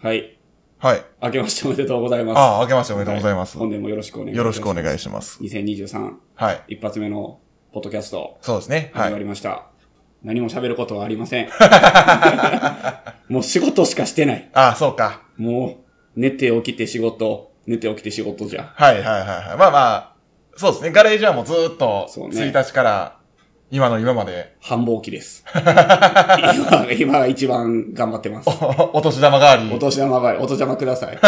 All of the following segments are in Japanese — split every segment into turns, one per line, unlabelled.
はい。
はい。
明けましておめでとうございます。
ああ、明けましておめでとうございます。
本年もよろしくお願いいた
よろしくお
し
願いします。
ます。2023、
はい。
一発目のポッドキャスト、
そうですね。は
始ま
い。
りました。何も喋ることはありませ ん。もう仕事しかしてない。
ああ、そうか。
もう、寝て起きて仕事、寝て起きて仕事じゃ。
はいはいはいはい。まあまあ、そうですね。ガレージはもうずーっと、
そうね
1日から、今の今まで、
繁忙期です。今、今が一番頑張ってます。
お年玉代わ
お
り。
年玉ばい、お年玉くだ さい。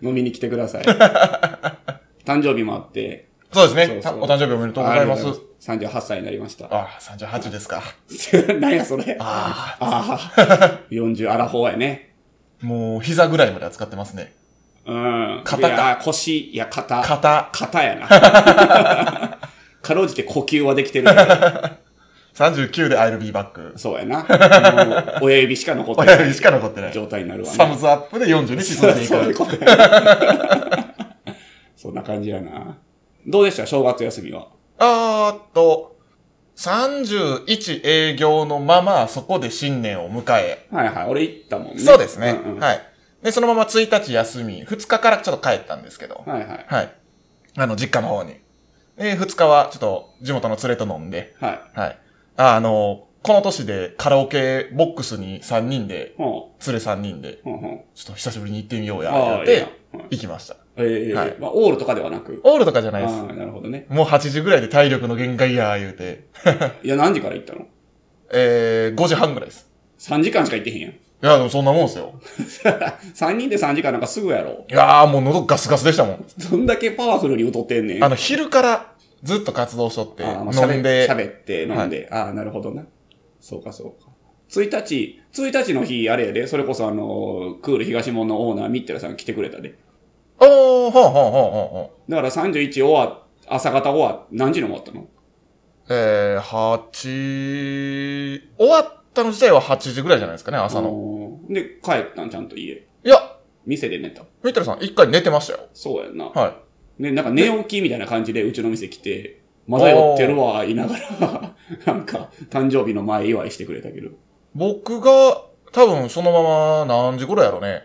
飲みに来てくだ さい。誕生日もあって。
そうです
そう
ね。
そ
た
う
お誕生日おめでとうございます
ありが。とうございます。38歳になりました。
ああ、38ですか。
何やそれ。
あ
ああ。40、アラフォーやね。
あ、もう膝ぐらいまで扱ってますね。
うん。
肩か
いや、腰、いや、肩。
肩、
肩やな。 かろうじて呼吸はできてるけ ど。
39で I'll be back。
そうやな。もう親指しか残ってない。
親指しか残ってない
状態になるわ
サ
ね。
ムズアップで40に
そう
沈
ん
でい
そういう
く。
ことや。 そんな感じやな。どうでした正月休みは。
あーっと、31営業のまま、そこで新年を迎え、
はいはい。俺行ったもんね。
そうですね。
んうん
はい。で、そのまま1日休み、2日からちょっと帰ったんですけど、
はいはい。
はい。あの、実家の方に。で、2日はちょっと地元の連れと飲んで、
はい。
はい。ああの、この年でカラオケボックスに3人で、
ほ
連れ3人で、
う。ほうほう。
ちょっと久しぶりに行ってみようや、
あ
っ
あ、いい
て
な。はい
行きました。
ええ
はい
まあ、オールとかではなく。
オールとかじゃ
あ
ないです。
あ、なるほどね。
もう8時ぐらいで体力の限界や、言うて。
いや、何時から行ったの
えー、5時半ぐらいです。
?3 時間しか行ってへんやん。
いや、でもそんなもんですよ。
3人で3時間なんかすぐやろ。
いやー、もう喉ガスガスでしたもん。
どんだけパワフルに劣ってんねん。
あの、昼からずっと活動しとって、
ああまあ
飲んで、
喋って、飲んで。ああ、なるほどな。そうか、そうか。1日、1日の日、あれやで、それこそあの、クール東門のオーナー、ミッテラさん来てくれたで。
おー、ほんほんほんほんほん。
だから31終わ、朝方終わ、何時に終わったの
えー、8、終わったの自体は8時ぐらいじゃないですかね、朝の。
の。で、帰ったん、ちゃんと家。
いや、
店で寝た。
ミットルさん、一回寝てましたよ。
そうやんな。
は
ね、なんか寝起きみたいな感じでうちの店来て、まだ酔ってるわ、言いながら、 なんか、誕生日の前祝いしてくれたけど。
い。僕が、多分そのまま何時頃やろね。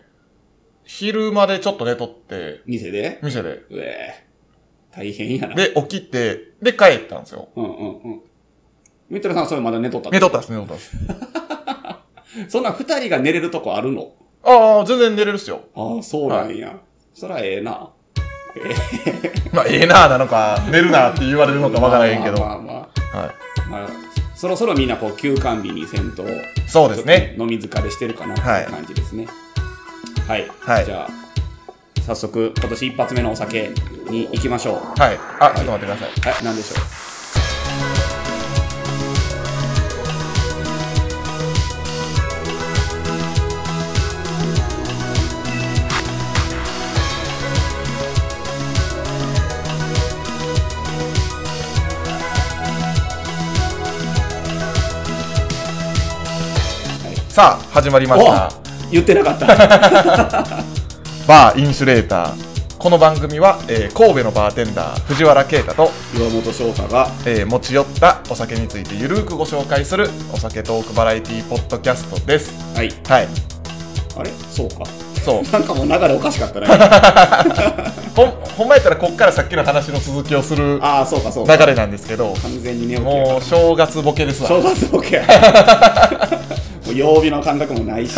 昼までちょっと寝とって、
店で
店で。
うえー大変やな。
で、起きて、で、帰ったんですよ。
うんうんうん。ミトラさんはそれまだ寝とった
寝とったです、寝とったです。
そんな二人が寝れるとこあるの
ああ、全然寝れるっすよ。
ああ、そうなんや。そらええな。
まあ、ええなあなのか、寝るなあって言われるのかわからへんけど。
まあま
は
あまあ、まあそろそろみんなこう休館日にせんと、
い。そうですね。。
飲み疲れしてるかなって
はい
いう感じですね。はい。
はい
じゃあ、早速、今年一発目のお酒に行きましょう。
はい。あ、ちょっと待ってください。
え、なんでしょう
さあ、始まりました。
お言ってなかった。
バーインシュレーター。この番組は、えー神戸のバーテンダー、藤原啓太と、
岩本翔太が、
えー持ち寄ったお酒についてゆるーくご紹介するお酒トークバラエティポッドキャストです。
はい。
はい。
あれそうか。
そう。
なんかもう流れおかしかった ね。
ほん、ほんまやったらこっからさっきの話の続きをする
ああ、そうかそうか。
流れなんですけど、
完全に寝起きや
もう正月ボケですわ。
正月ボケや もう曜日の感覚もないし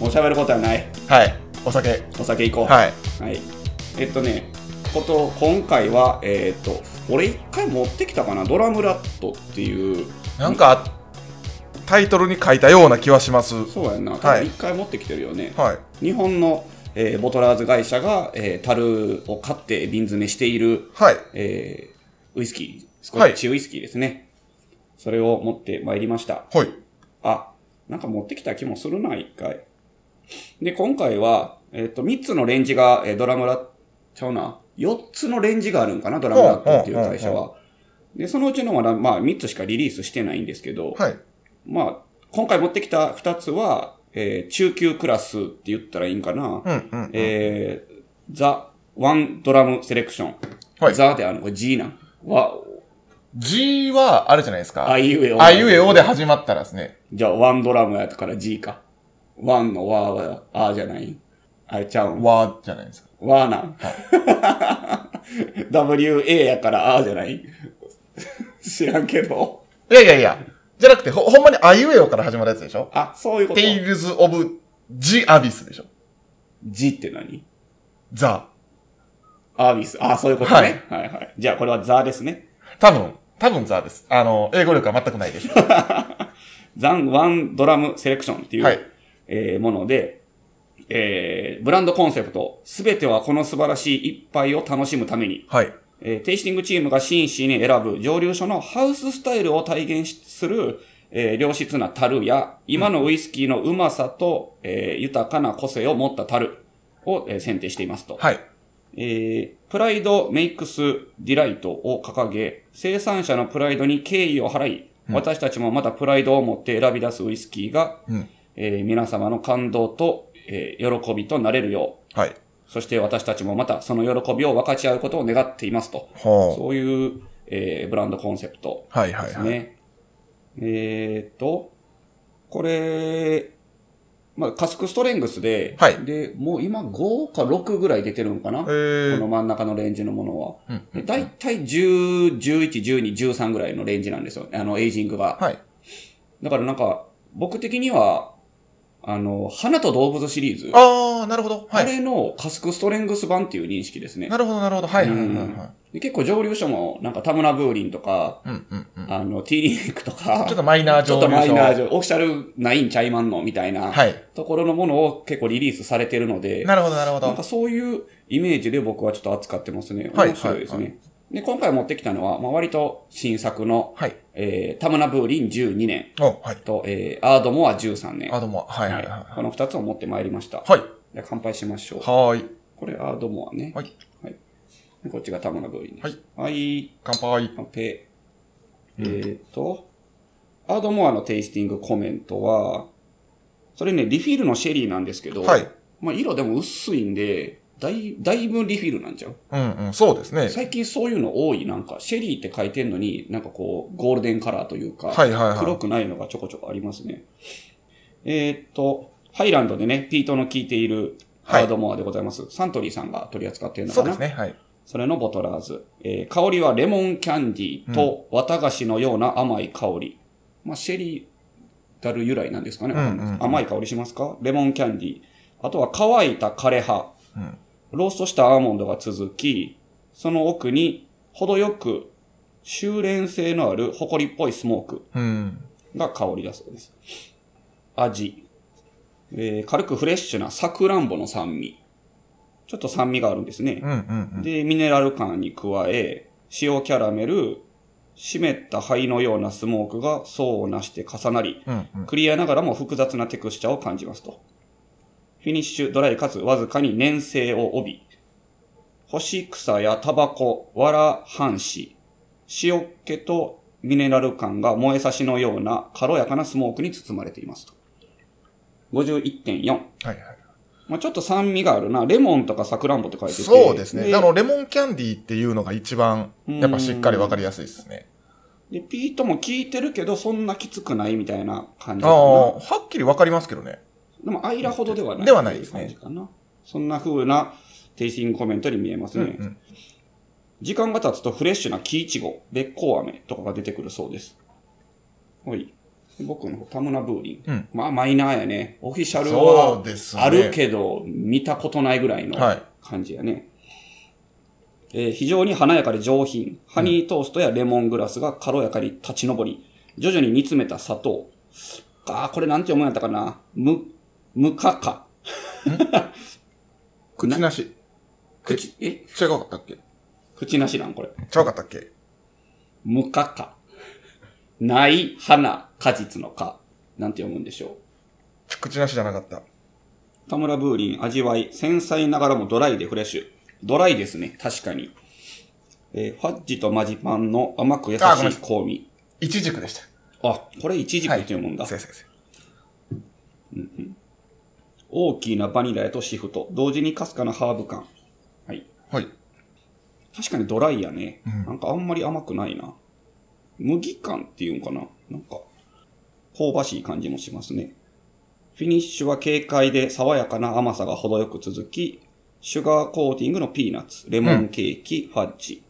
もう喋ることはない
はい。お酒。
お酒行こう
はい。
い、えっとねこと今回はえーっと俺一回持ってきたかなドラムラットっていう
なんか、タイトルに書いたような気はします。は
そうやんな多
はい
分一回持ってきてるよね、
い。
日本の、えーボトラーズ会社が、えー樽を買って瓶詰めしている
はい。
えーウイスキー、スコッチウイスキーですね。それを持ってまいりました。
はい。
あ、なんか持ってきた気もするな、一回。で、今回は、えっ、と、3つのレンジが、えードラムラ、ちゃうな、4つのレンジがあるんかな、ドラムラットっていう会社
うんうん
は。で、そのうちのまだ、まあ、3つしかリリースしてないんですけど、
はい。
まあ、今回持ってきた2つは、えー中級クラスって言ったらいいんかな。
うんうん。
えー、ザ・ワン・ドラム・セレクション。
はい
ザであるの、これ G なん。は、
G は、あれじゃないですか。
あいうえお。
あいうえおで始まったらですね。
じゃあ、ワンドラムやったから G か。ワンのワーは、あーじゃないあれちゃうん。
わじゃないですか。
ワーなん。WA やからあーじゃない知らんけど。
いやいやいや。じゃなくて、ほ、ほんまにあいうえおから始まるやつでしょ
あ、そういうこと。
テイルズ・オブ・ジ・アビスでしょ
G って何
ザ。
アービス。あ、そういうことね、はい。はいはいじゃあ、これはザーですね。
多分、多分ザです。あの、英語力は全くないです。は
ザン・ワン・ドラム・セレクションっていう、
はい
えーもので、えーブランドコンセプト、すべてはこの素晴らしい一杯を楽しむために、
い。
えーテイスティングチームが真摯に選ぶ蒸留所のハウススタイルを体現しする、えー良質な樽や、今のウイスキーのうまさと、えー豊かな個性を持った樽を、えー選定していますと。
はい。
えープライドメイクスディライトを掲げ、生産者のプライドに敬意を払い、私たちもまたプライドを持って選び出すウイスキーが、
うん
えー皆様の感動と、えー喜びとなれるよう、
はい。
そして私たちもまたその喜びを分かち合うことを願っていますと。
ほ
そういう、えーブランドコンセプト
う。はいは
で
い
す
は
ね。
い。
えーっと、これ、まあ、カスクストレングスで、
はい
で、もう今5か6ぐらい出てるんかな
えー
この真ん中のレンジのものは。
うん
で大体10、11、12、13ぐらいのレンジなんですよ。あの、エイジングが。
はい。
だからなんか、僕的には、あの、花と動物シリーズ。
あー、なるほど。は
あ
い。
れのカスクストレングス版っていう認識ですね。
なるほど、なるほど。はいはいはいは
う
い
ん。で結構蒸留所も、なんかタムナブーリンとか、
うんうんうん。
あの、ティーリンクとか、
ちょっとマイナー
ちょ
上
っとマイナー
上。
上、オフィシャルないんちゃいまんのみたいな
はい。
ところのものを結構リリースされてるので、
なるほど、なるほ
なんか
ど。
そういうイメージで僕はちょっと扱ってますね。
はい
面白いですね。
は
で、今回持ってきたのは、まあ、割と新作の、
はい。
えー、タムナブーリン12年
お、はい。
と、えー、アードモア13年。
あ、どうも。はいはいはい
はいこの2つを持ってまいりました。
はい。はい。
じゃあ乾杯しましょう。
はーい。
これアードモアね。
はい。
でこっちがタムナブーリンです。はい。
乾杯。
乾杯。えー、っと、アードモアのテイスティングコメントは、それね、リフィールのシェリーなんですけど、
はい。
まあ色でも薄いんで、だいだいぶリフィールなんちゃう
うんうん、そうですね。
最近そういうの多い、なんか、シェリーって書いてんのに、なんかこう、ゴールデンカラーというか、
はいはいはい
黒くないのがちょこちょこありますね。えーっと、ハイランドでね、ピートの効いているハードモアでございます。サントリーさんが取り扱っているの
そ
か
う
な
ですね。はい。
それのボトラーズ。えー香りはレモンキャンディーと綿菓子のような甘い香り。まあ、シェリーダル由来なんですかね、
うんうんうん
甘い香りしますかレモンキャンディー。あとは乾いた枯葉。
うん
ローストしたアーモンドが続き、その奥に程よく修練性のある埃っぽいスモーク
うん。
が香りだそうです。味。えー軽くフレッシュなサクランボの酸味。ちょっと酸味があるんですね。
うんうんうん。
で、ミネラル感に加え、塩キャラメル、湿った灰のようなスモークが層をなして重なり、
うんうん。
クリアながらも複雑なテクスチャーを感じますと。フィニッシュドライかつわずかに粘性を帯び、干し草やタバコ、わら半紙、塩気とミネラル感が燃えさしのような軽やかなスモークに包まれていますと。51.4。
はいはい。
まあ、ちょっと酸味があるな。レモンとかサクランボって書いてて。
そうですね。あの、レモンキャンディーっていうのが一番、やっぱしっかりわかりやすいですね。
で、ピートも聞いてるけど、そんなきつくないみたいな感じ
あ
かな。
あ、はっきりわかりますけどね。
でも、アイラほどではない。
ではないですね
感じかな。そんな風なテイスティングコメントに見えます
うん
ね。
うん。
時間が経つとフレッシュな木いちご、べっこう飴とかが出てくるそうです。ほい。で僕のタムナブーリン。
うん
まあ、マイナーやね。オフィシャル
そう
は
ですね
あるけど、見たことないぐらいの
はい
感じやね。えー非常に華やかで上品。ハニートーストやレモングラスが軽やかに立ち上り、徐々に煮詰めた砂糖。ああ、これなんて読むんやったかな。む、むかか。
口なし。
口、え
違うかったっけ違
口なしなんこれ。
うかったっけ
無かか。ない、花、果実の果。なんて読むんでしょ
ち口なしじゃなかった。
う。田村ブーリン、味わい、繊細ながらもドライでフレッシュ。ドライですね、確かに。えーファッジとマジパンの甘く優しい
あごめんなさ
香味。
イチジクでした。
あ、これイチジクって読むんだ。
先生。
大きなバニラへとシフト。同時にかすかなハーブ感。はい。
はい。
確かにドライやね。なんかあんまり甘くないな。麦感っていうんかななんか、香ばしい感じもしますね。フィニッシュは軽快で爽やかな甘さが程よく続き、シュガーコーティングのピーナッツ、レモンケーキ、ファッジ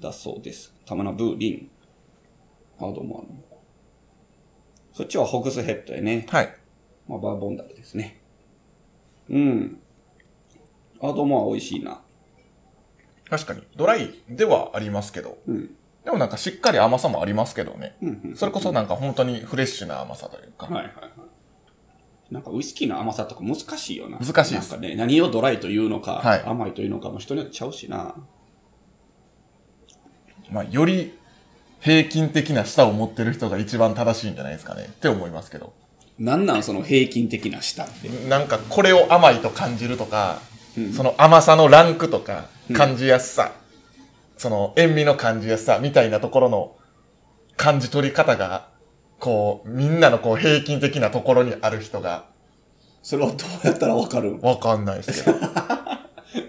だそうです。タマナブーリン。あ、どうもあの。そっちはホグスヘッドやね。
はい。
まあ、バーボンダルですね。うん。あ、どうも美味しいな。
確かに。ドライではありますけど。
うん。
でもなんかしっかり甘さもありますけどね。
うんうん。
それこそなんか本当にフレッシュな甘さというか。
はいはいはい。なんかウイスキーの甘さとか難しいよな。
難しいです
なんかね、何をドライというのか、
はい
甘いというのかも人によってちゃうしな。
まあ、より平均的な舌を持ってる人が一番正しいんじゃないですかね。って思いますけど。
なんなんその平均的な舌って。
なんかこれを甘いと感じるとか、
うん
その甘さのランクとか
う、ん
感じやすさ、その塩味の感じやすさみたいなところの感じ取り方が、こう、みんなのこう平均的なところにある人が、
それはどうやったらわかるん
わかんないで すけど。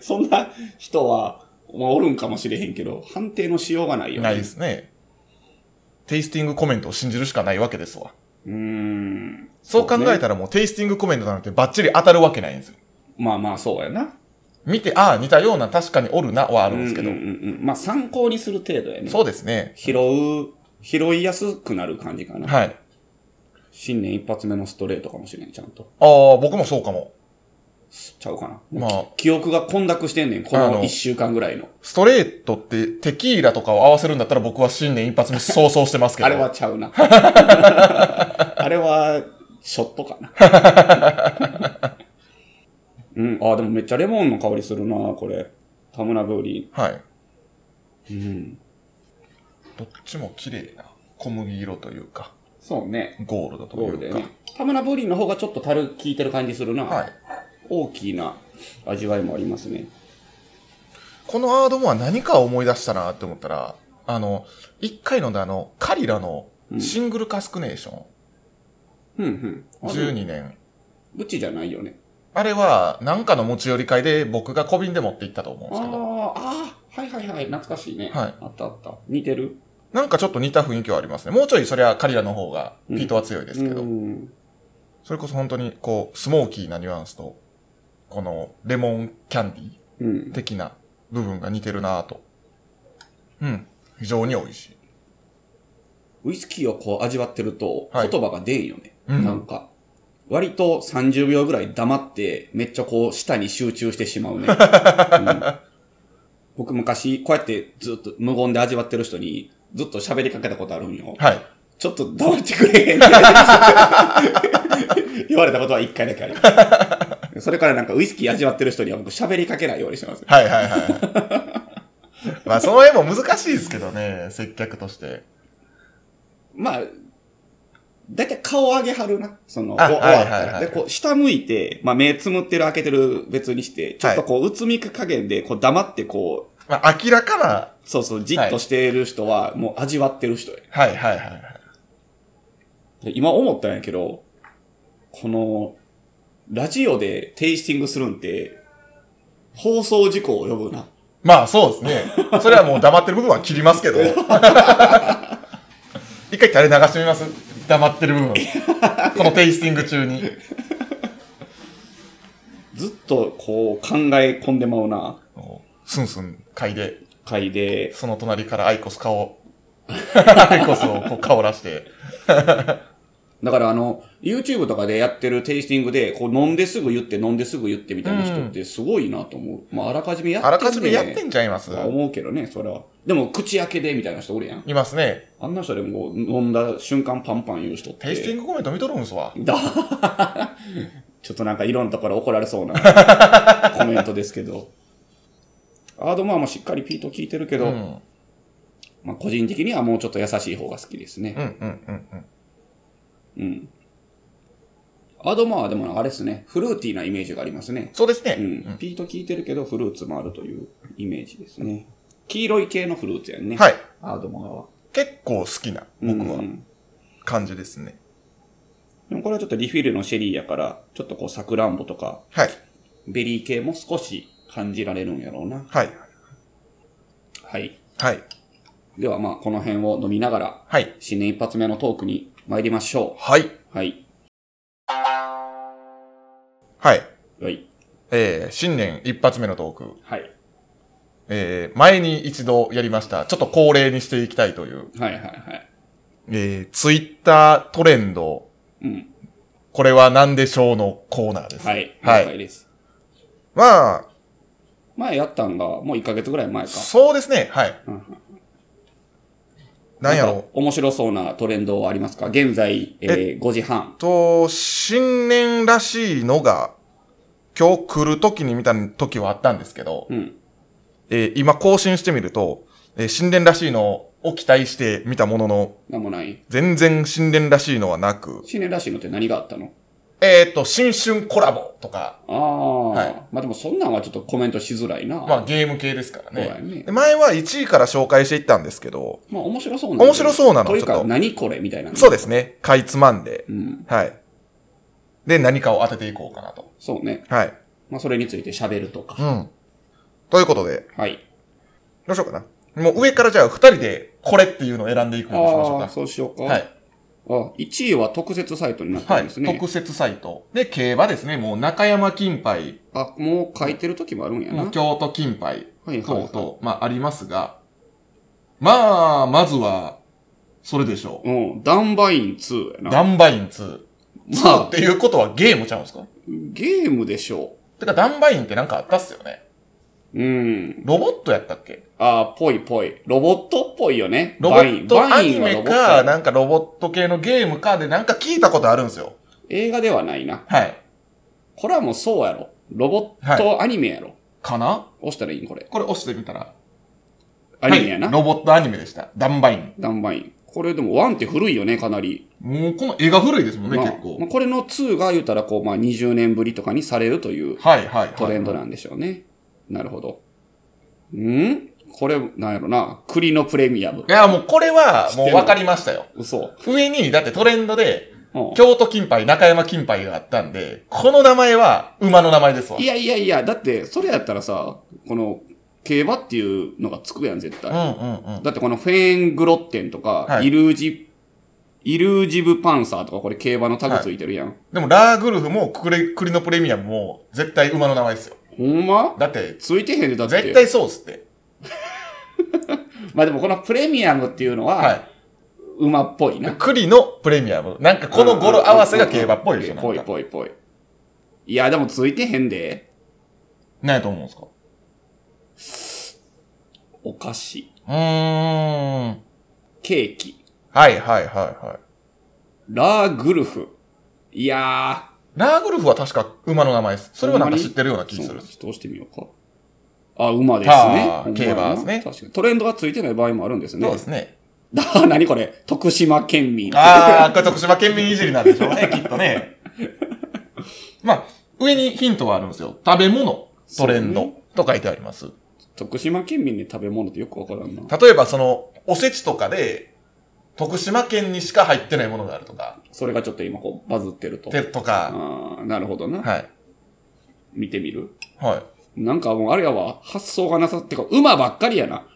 そんな人は、まあ、おるんかもしれへんけど、判定のしようがないよね。
ないですね。テイスティングコメントを信じるしかないわけですわ。
うーん。
そう考え
ね
たらもうテイスティングコメントなんてバッチリ当たるわけないんですよ。
まあまあ、そうやな。
見て、ああ、似たような確かにおるなはあるんですけど。
うんうんうんうん。まあ、参考にする程度やね。
そうですね。
拾う、拾いやすくなる感じかな。
はい。
新年一発目のストレートかもしれん、ちゃんと。
ああ、僕もそうかも。
ちゃうかな。
まあ、
記憶が混濁してんねん、こ
あ
の
の
一週間ぐらいの。
ストレートってテキーラとかを合わせるんだったら僕は新年一発目早々してますけ
あ
ど。
れはちゃ うな。あれは、ショットかな。 うん、あ、でもめっちゃレモンの香りするな、これ。田村ブーリ
はい。
ー。うん。
どっちも綺麗な小麦色というか、
そうね。
ゴールドと
ゴール
い
で
うか。
ね。田村ブーリーの方がちょっと樽効いてる感じするな。
はい。
大きな味わいもありますね。
このアードモア何か思い出したなって思ったら、あの、一回飲んだあの、カリラのシングルカスクネーション、
うんうん。あ
12年。
うちじゃないよね。
あれは、なんかの持ち寄り会で僕が小瓶で持って行ったと思うん
あ
ですけど、
あ、ああ、はいはいはい、懐かしいね。
はい
あったあった。似てる
なんかちょっと似た雰囲気はありますね。もうちょいそれはカリラの方がピートは強いですけど、
うん
それこそ本当にこう、スモーキーなニュアンスと、このレモンキャンディ
うん
ー。的な部分が似てるなぁと。うん。非常に美味しい。
ウイスキーをこう味わってると、
はい
言葉が出んよね。
うん
なんか、割と30秒ぐらい黙って、めっちゃこう、舌に集中してしまう ね。うん僕昔、こうやってずっと無言で味わってる人に、ずっと喋りかけたことあるんよ。
はい。
ちょっと黙ってくれへんって言われたことは一回だけあり ます。それからなんかウイスキー味わってる人には僕喋りかけないようにしてます。
はいはいはい。 まあその辺も難しいですけどね、接客として。
まあ、だいたい顔上げはるな。その、お
あ
終わ
はい
っ
は
た
いは
ら。
い
で、こう、下向いて、まあ、目つむってる、開けてる、別にして、ちょっとこう、うつみく加減で、こう、黙ってこう、
まあ明らかな、
そうそう、じっとしてる人は、もう味わってる人や。
はいはいはいはい。
で今思ったんやけど、この、ラジオでテイスティングするんって、放送事故を呼ぶな。
まあそうですね。それはもう黙ってる部分は切ります けど。一回垂れ流してみます黙ってる部分。このテイスティング中に。
ずっと、こう、考え込んでまうな。
スンスン嗅いで、
回で、
その隣からアイコス顔、アイコスをこう顔らして、
だからあの、YouTube とかでやってるテイスティングで、こう飲んですぐ言って飲んですぐ言ってみたいな人ってすごいなと思う。まああらかじめやって
あらかじめやって
ん
んちゃいます
とは思うけどね、それは。でも口開けでみたいな人おるやん。
いますね。
あんな人でもこう飲んだ瞬間パンパン言う人って。
テイスティングコメント見とるんすわ。
だ ちょっとなんかいろんなところ怒られそう なコメントですけど。アードマーもしっかりピート聞いてるけ
う
ど、
ん。うん
まあ個人的にはもうちょっと優しい方が好きですね。
うんうんうん。
うん。アドマはでもあれですね、フルーティーなイメージがありますね。
そうですね。
うん。ピート効いてるけど、フルーツもあるというイメージですね。黄色い系のフルーツやんね。
はい。
アドマは。
結構好きな、僕
う
は、
ん
感じですね。
でもこれはちょっとリフィルのシェリーやから、ちょっとこう、サクランボとか、
はい。
ベリー系も少し感じられるんやろうな。
はい。
はい。
はい。
ではまあこの辺を飲みながら、
はい。
新年一発目のトークに参りましょ
はい。
う。はい。
はい。
はい。
えー、新年一発目のトーク。
はい。
えー、前に一度やりました。ちょっと恒例にしていきたいという。
はいはいはい。
えー、ツイッタートレンド、
うん。
これは何でしょうのコーナーです。
はい。
は
了解
い。
です。
まあ、
前やったんが、もう1ヶ月ぐらい前か。
そうですね。はい。
うんうん
なんやろ
か面白そうなトレンドはありますか現在、えー5時半。
と、新年らしいのが、今日来る時に見た時はあったんですけど、
うん。
えー今更新してみると、えー新年らしいのを期待してみたものの、
なんもない。
全然新年らしいのはなく、
新年らしいのって何があったの
えっ、と、新春コラボとか、
ああ、
はい
まあでもそんなんはちょっとコメントしづらいな。
まあゲーム系ですから
そうだ
ね。
よね
で前は1位から紹介していったんですけど、
まあ面白そうな
面白そうなの
という
ちょっ
か、
と
何これみたいな。
そうですね、かいつまんで、
うん。
はい。で、何かを当てていこうかなと。
そうね。
はい。
まあそれについて喋るとか。
うん。ということで、
はい。
どうしようかな。もう上からじゃあ二人でこれっていうのを選んでいくようにしましょう
ああ、
か。
そうしようか。
はい。
あ、1位は特設サイトになって
は
るん
い。
ですね。
特設サイト。で、競馬ですね。もう中山金杯、
あ、もう書いてる時もあるんやな。
もう京都金杯
はいはいはい
等々、まあありますが、まあ、まずは、それでしょ
うん。ダンバイン2や
う。
な。
ダンバイン2。
ま
2っ
あ、
ていうことはゲームちゃうんですか
ゲームでしょ
てか、ダンバインってなんかあったっすよね。
う。うん。
ロボットやったっけ
あーぽいぽい。ロボットっぽいよね。
ロボ
バイ
ッ
ン
トア
バイ
ニ
ンはロボ
メ
ットや
か、なんかロボット系のゲームかでなんか聞いたことあるんですよ。
映画ではないな。
はい。
これはもうそうやろ。ロボットアニメやろ。
かな
押したらいいんこれ。
これ押してみたら。
アニメやな。
はいロボットアニメでした。ダンバイン。
ダンバイン。これでも1って古いよね、かなり。
もうこの絵が古いですもんね、
まあ
結構
まあ、。これの2が言うたら、こう、まあ20年ぶりとかにされるという
はいはいはい。
トレンドなんでしょうね。なるほど。んこれ、なんやろな。栗のプレミアム
い。や、もうこれは
知って
も
る
うわかりましたよ。
嘘。
上に、だってトレンドで、
うん
京都金杯、中山金杯があったんで、この名前は馬の名前ですわ
い。やいやいや、だって、それやったらさ、この、競馬っていうのがつくやん、絶
うんう
対。
んうん。
だってこのフェーングロッテンとか、
はい
イルージ、イルージブパンサーとか、これ競馬のタグついてるやん。
でも、ラーグルフもクレ、栗のプレミアムも、絶対馬の名前ですよ。
ほんま
だって、
ついてへんで、だって。
絶対そうっすって。
まあでもこのプレミアムっていうのは、
はい。
馬っぽいな。
栗のプレミアム。なんかこの語呂合わせが競馬っぽいでしょ、な
ぽ
ん
い
か。
ぽいぽい。いや、でもついてへんで。
何やと思うんですか
お菓子、
うーん。はい
ケーキ、
はいはいはい。
ラーグルフ。いや
ラーグルフは確か馬の名前です。
ー。
それはなんか
ほま
知っ
に
てるような気がす
そう
る
なん。ですちょっと押してみようか。あ、馬ですね
あー
ほんまやな。
競馬ですね
確かに。トレンドがついてない場合もあるんですね。
そ うですね。
だから何これ徳島県民。
ああ、これ徳島県民いじりなんでしょう ね、きっとね。まあ、上にヒントはあるんですよ。食べ物、トレン
そう
ドと書いてあります。
徳島県民で食べ物ってよくわからんな。
例えば、その、おせちとかで、徳島県にしか入ってないものがあるとか、
それがちょっと今こうバズってると。
てとか、
ああ、なるほどな。
はい。
見てみる
はい。
なんかもうあれやわ、発想がなさってか、馬ばっかりやな。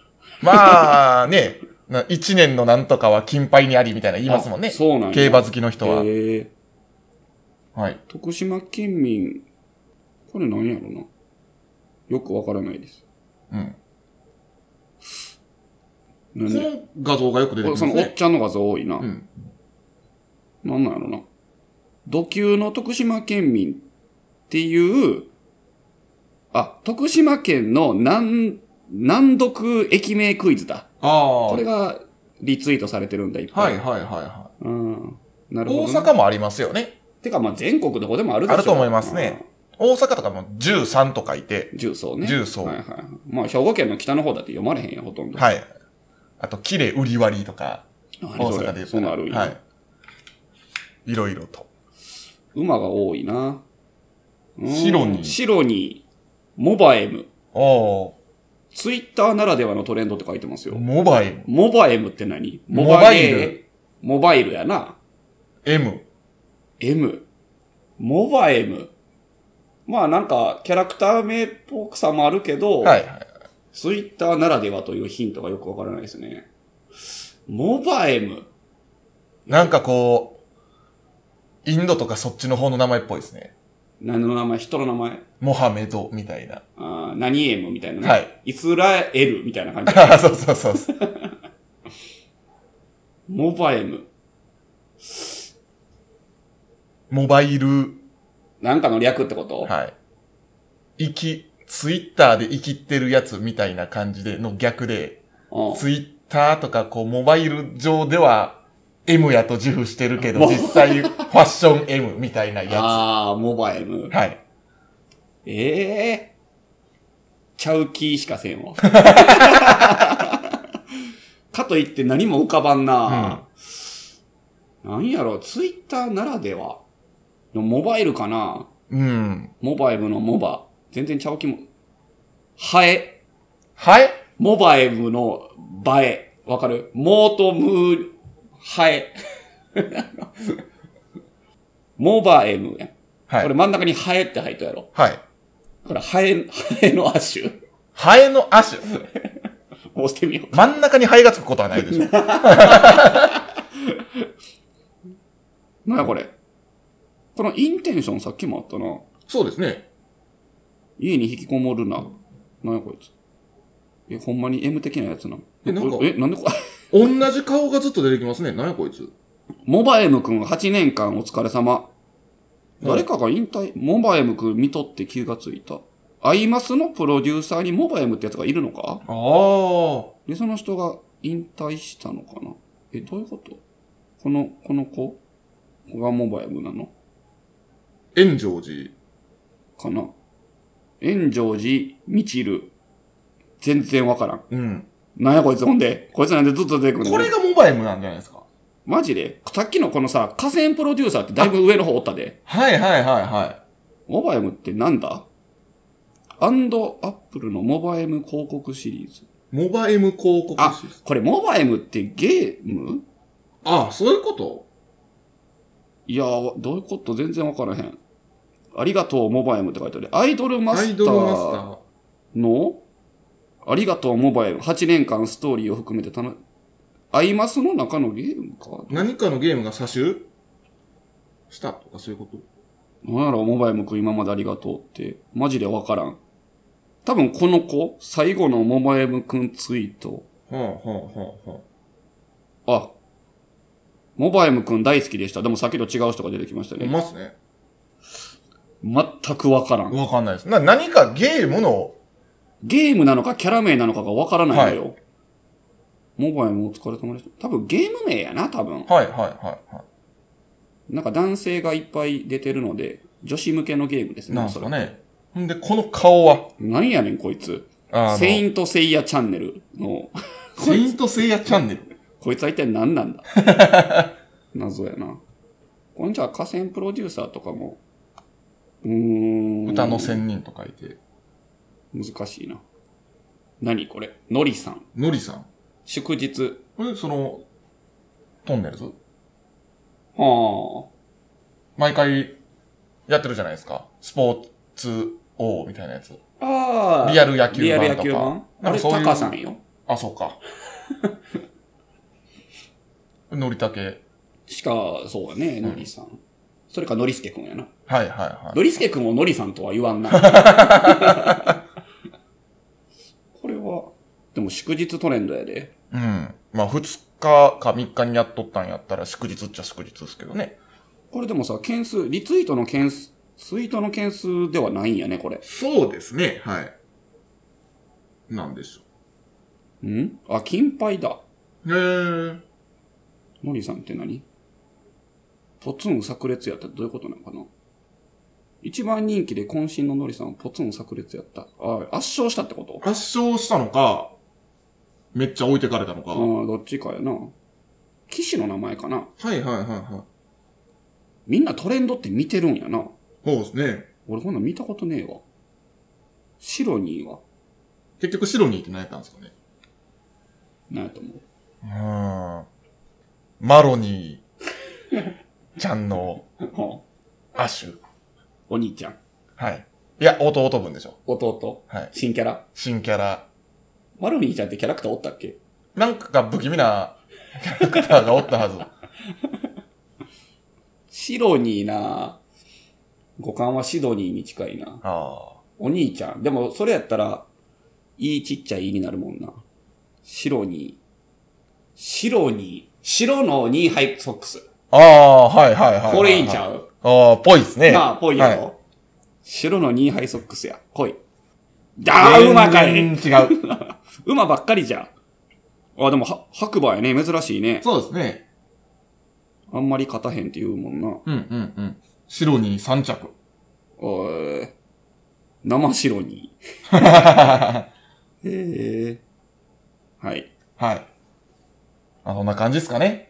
まあ、ね、 な一年のなんとかは金杯にありみたいな言いますもんね。
あそうなんや
競馬好きの人は。
へえ
はい。
徳島県民、これ何やろな。よくわからないです。
うん。
なん
こ
で
の画像がよく出て
こ
き
れそ
ます
のおっ
ね。
ちゃんの画像多いな。
うん。
なんなんやろな。土球の徳島県民っていう、あ、徳島県の南、南読駅名クイズだ。
ああ。
これがリツイートされてるんだ、いっぱ
はい
い。
はいはいは。
うん。ないるほ
大
どな、
阪もありますよね。
てか、まあ、全国どこでもあるでしょ。
あると思いますね大阪とかも13と書いて、
うん。重曹ね。
重曹
はいはいはい。まあ、兵庫県の北の方だって読まれへんよ、ほとんど。い。
はい。あと、綺麗売り割りとか、
あれ
大
そ
阪で
れ
言ったら
そうなるんや
はい。いろいろと。
馬が多いな。うん
シロニー
シロニー。モバエム。
おお
ツイッターならではのトレンドって書いてます
ー
よ。
モバイル、
モバエムって何
モバイル
ゲーモバイルやな。
M。
M。モバエム。まあなんか、キャラクター名っぽくさもあるけど、
はいはい。
ツイッターならではというヒントがよくわからないですね。モバエム。
なんかこう、インドとかそっちの方の名前っぽいですね。
何の名前人の名前
モハメドみたいな。
あー何エムみたいなね。
はい。
イスラエルみたいな感じ。
あそうそうそうそう。
モバエム。
モバイル、
なんかの略ってこと、
はい。生き、ツイッターで生きってるやつみたいな感じで、の逆で、
うん
ツイッターとかこう、モバイル上では M やと自負してるけど、実際ファッション M みたいなや
ああ、モバエム
つ。。はい。
ええちゃう気しかせん わ。かといって何も浮かばんな。なんやろ、ツイッターならではのモバイルかな
うん。
モバイルのモバ。全然ちゃう気も。ハエ。
はい
モバイルのバエ。わかるモーとムー、ハエ。 モバエムやん。
は
これ
い。
真ん中にハエって入ったやろ。
はい。
これハエ、ハエの亜種。
ハエの亜種。
押してみよう。
真ん中にハエがつくことはないでしょ。
なんやこれ。このインテンションさっきもあったな。
そうですね。
家に引きこもるな。なんやこいつ。え、ほんまに M 的なやつなの
えなんか
え、なんでこれ。
同じ顔がずっと出てきますね。何やこいつ。
モバエムくん8年間お疲れ様。誰かが引退、モバエムくん見とって気がついた。アイマスのプロデューサーにモバエムってやつがいるのか
ああ。
で、その人が引退したのかなえ、どういうことこの、この子がモバエムなの
炎上寺。
かな炎上寺みちる。全然わからん。
うん。
なんやこいつほんで。こいつなんでずっと出てくるの
これがモバイムなんじゃないですか。
マジでさっきのこのさ、河川プロデューサーってだいぶ上の方おったで。
はいはいはいは
モバイムってなんだアンドアップルのモバイム広告シリーズ。
モバ M 広告
あ
シス、
これモバイムってゲーム
ああ、そういうこと
いやー、どういうこと全然わからへん。ありがとうモバイムって書いてある。アイドルマ
ア
ス
イ
タ
ドルマスタ
ー
ー。
の、ありがとうモバイム。8年間ストーリーを含めて楽、アイマスの中のゲームか。
何かのゲームが差ししたとかそういうこと
なんやろ、モバイムくん今までありがとうって。マジでわからん。多分この子、最後のモバイムくんツイート。
はあ、はあ、はあ、は
あ、モバイムくん大好きでした。でも先と違う人が出てきました
あ。い
ね。
ますね。
全くわから
い。
ん。
わかんないです。な、何かゲームの、
ゲームなのかキャラ名なのかがわからないのよ。モバイムお疲れ様でした。多分ゲーム名やな、多分。
はいはいはいは
なんか男性がいっぱい出てるので、女子向けのゲームです
い。
ね。
なんす
そ
か
れ
ね。ほんで、この顔は、
なんやねん、こいつ。
あの、
セイントセイヤチャンネルの、
セイントセイヤチャンネル。
こいつは一体何なんだ 謎やな。これじゃあ河川プロデューサーとかも、うーん。
歌の仙人と書いて。
難しいな。何これのりさん。
のりさん。
祝日。
これ、その、トンネルズ
は
毎回、やってるじゃないですか。スポーツ王みたいなやつ。
あ。あ
リアル野球
リアル野
版と
球
か
版。
な
あ
んか
れ、
そうい
タ
う
カさんよ。
あ、そうか。 のりたけ。
しか、そうやね、のりさん。それか、のりすけくんやな。
はいはいはい。
のりすけくんをのりさんとは言わん な。これは、でも祝日トレンドやで。
うん。まあ、二日か三日にやっとったんやったら、祝日っちゃ祝日ですけどね。
これでもさ、件数、リツイートの件数、ツイートの件数ではないんやね、これ。
そうですね。はい。なんでしょ
んあ、金牌だ。
う。へえ。
のりさんって何ポツン炸裂やったってどういうことなのかな一番人気で渾身ののりさんポツン炸裂やった。あ圧勝したってこと
圧勝したのか、めっちゃ置いてかれたのか。
ああ、
はい
どっちかやな。騎士の名前かな
はいはいは
みんなトレンドって見てるんやな。
い。そうですね。
俺こんなん見たことねえわ。シロニーは
結局シロニーって何やったんですかね。
何やと思う
うん。マロニーちゃんの
はあ
亜種。
お兄ちゃん。
はい。いや、弟分でしょ。
弟。
はい。
新キャラ。
新キャラ。
マロニーちゃんってキャラクターおったっけ
なんか不気味なキャラクターがおったはず。
シロニーな五感はシドニーに近いな。
あ
お兄ちゃん。でも、それやったら、いいちっちゃいいになるもんな。シロニー。シロニー。白の2ハイソックス。
あ。ああ、はいはいはいはい、
これいいんち
ん。
ゃう
ああ、ぽいですね。
なあ、ぽいや
は
ろ。白の2ハイソックスや。ぽい。だあ、馬か
全
い。
然違う。
馬ばっかりじゃ。あ、でも、は白馬やね。珍しいね。
そうですね。
あんまり勝たへんって言うもんな。
うんうんうん。白に3着。
おい。生白に。へえ。はい。
はい。あ、そんな感じですかね。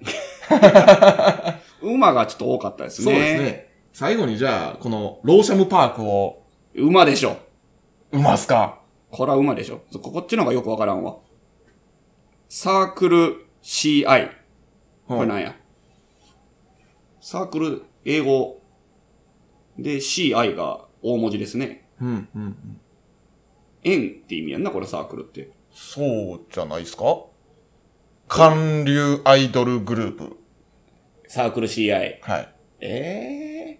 馬がちょっと多かったですね。
そうですね。最後にじゃあ、この、ローシャムパークを、
馬でしょ。
うますか。
これは馬でしょ。そここっちの方がよくわからんわ。サークル CI。これなんや。サークル、英語。で、CI が大文字ですね。
うんうんうん。
円って意味やんな、これサークルって。
そうじゃないですか韓流アイドルグループ。
サークル CI。
はい。
ええ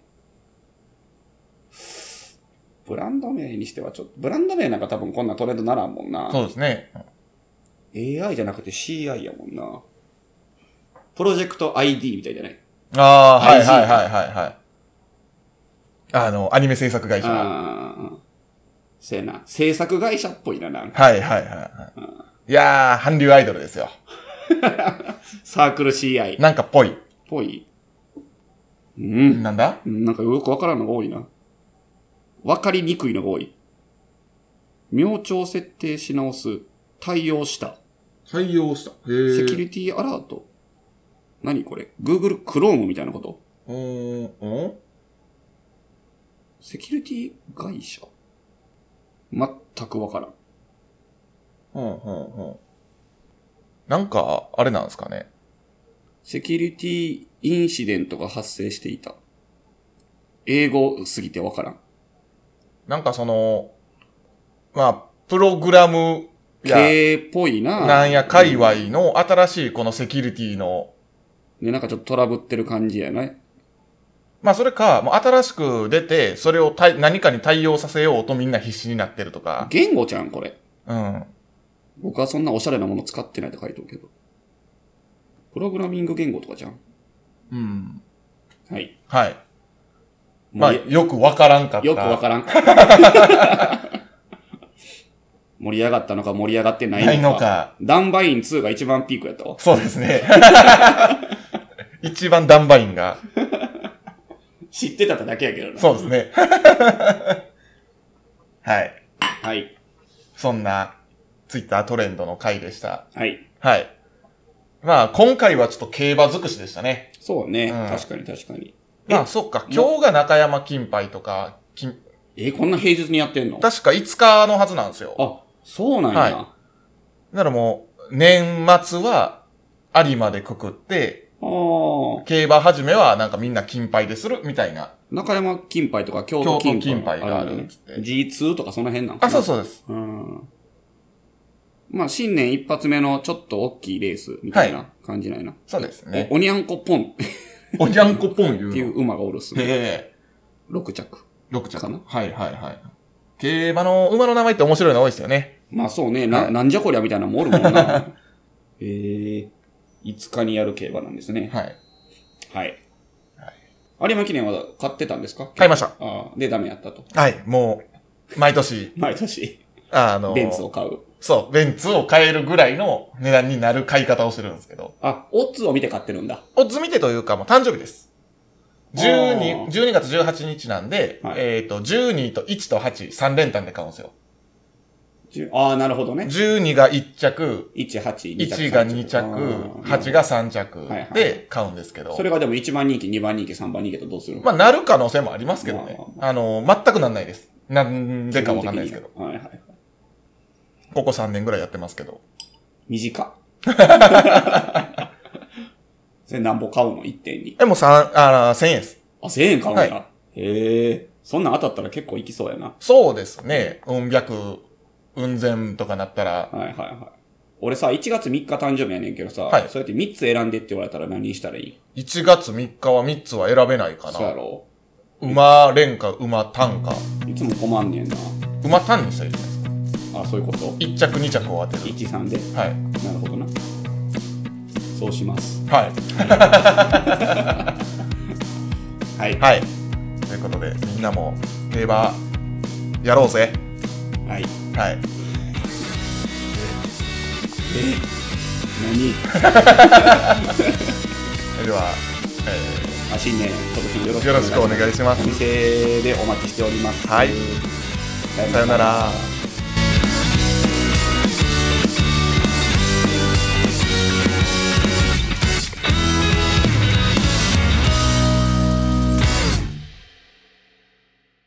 ブランド名にしてはちょっと、ブランド名なんか多分こんなトレンドならんもんな。
そうですね。
AI じゃなくて CI やもんな。プロジェクト ID みたいじゃない
ああ、はい
IG
はいはいはいはい。あの、アニメ制作会社。は
ああ。せやな。制作会社っぽいな、なんか。
いはいはいはい。いやー、韓流アイドルですよ。
サークル CI っ
なんかぽい。
ぽい。うん。
なんだ
なんかよくわからんのが多いな。わかりにくいのが多い。明朝設定し直す。対応した。
採用した。へえ。
セキュリティアラート。何これ ?Google Chrome みたいなこと
うーん、うん
セキュリティ会社全くわからん。
うんうんうん。なんか、あれなんですかね。
セキュリティインシデントが発生していた。英語すぎてわからん。
なんかその、まあ、プログラムや、
系っぽいな。
なんや、界隈の新しいこのセキュリティの、
で、なんかちょっとトラブってる感じやない
まあそれか、もう新しく出て、それを対何かに対応させようとみんな必死になってるとか。
言語ちゃん、これ。
うん。
僕はそんなおしゃれなもの使ってないって書いておくけど。プログラミング言語とかじゃん
うん。
はい。
はい。
も
ま
う
あ、
よ
よくわからんかった。
よくわ からん。盛り上がったのか盛り上がってないのか。
ないのか
ダンバイン2が一番ピークやったわ。
そうで すね。一番ダンバインが。
知ってたってだけやけどな。
そうですね。 はい。
はい。
そんな、ツイッタートレンドの回でした。
はい。
はい。まあ、今回はちょっと競馬尽くしでしたね。
そうね。
うん
確かに確かに。
まあ、そっか。今日が中山金杯とか、金
え、こんな平日にやってんの
確か5日のはずなんですよ。
あ、そうなんや。
はい
あ
だからもう、年末は、有馬でくくって、
あ。
競馬始めはなんかみんな金杯でするみたいな。
中山金杯とか京都
京
金
都金
杯
杯
あ
があ
る
る
ある
っ
ね
つっ。て
G2 とかその辺なんか
あ、
な
そうそうです。
うん。まあ、新年一発目のちょっと大きいレースみたいな感じないな。
そうですね。
おおにゃんこポンっ
おにゃんこポン言う
ていう馬がおるっすね。
へ
6着。
え。6着
かな
はいはいはい。競馬の馬の名前って面白いの多いですよね。
まあそうね、な、なんじゃこりゃみたいなのもおるもんな。 ええ5日にやる競馬なんですね。
はい。
はい。有馬記念は買ってたんですか
買いました。
ああ、で、ダメやったと。
はい、もう、毎年、
毎年、
あの、
ベンツを買う。
そう、ベンツを買えるぐらいの値段になる買い方をしてるんですけど、
あ、オッズを見て買ってるんだ。
オッズ見てというか、もう誕生日です。
あ
12、
ー
12月18日なんで、
はい
えっ、と、12と1と8、3連単で買うんですよ。
じゅああ、なるほどね。
12が1着、
1、8、2着。
1が2着、
ああ
8が3着
はいはい
で買うんですけど、
それがでも1番人気、2番人気、3番人気とどうするの
まあ、なる可能性もありますけどね
まあ。
あの、全くなんないです。なんでかわかんないですけど。。
はいはい。
ここ3年ぐらいやってますけど。
短 っ。それなんぼ買うの ?1.2。
え、もう3、あー、1000円です。
あ、1000円買うんや。
は
へえ。そんなん当たったら結構いきそうやな。
そうですね。うん、百、うん、千とかなったら、
はいはいは俺さ、1月3日誕生日やねんけどさ、
はい
そうやって3つ選んでって言われたら何したらいい
1月3日は3つは選べないか
そうや
な。
ろ
馬連か馬単か。
いつも困んねんな。
馬単にしたらいいじゃないですか。
あ、そういうこと
1着2着を当てる。
?1、3で。
はい。
なるほどな。そうします。
はい。
はい。
はい。ということで、みんなも競馬やろうぜ。
はい。
はい。
え何
それでは、え
あ、新 年、今年も
ーよ
よ
ろ
ろ
し
し
く
く
お
お
願
願
い
い
しま
します。お
す。
店でお待ちしております。
はい。
さ
さよなら。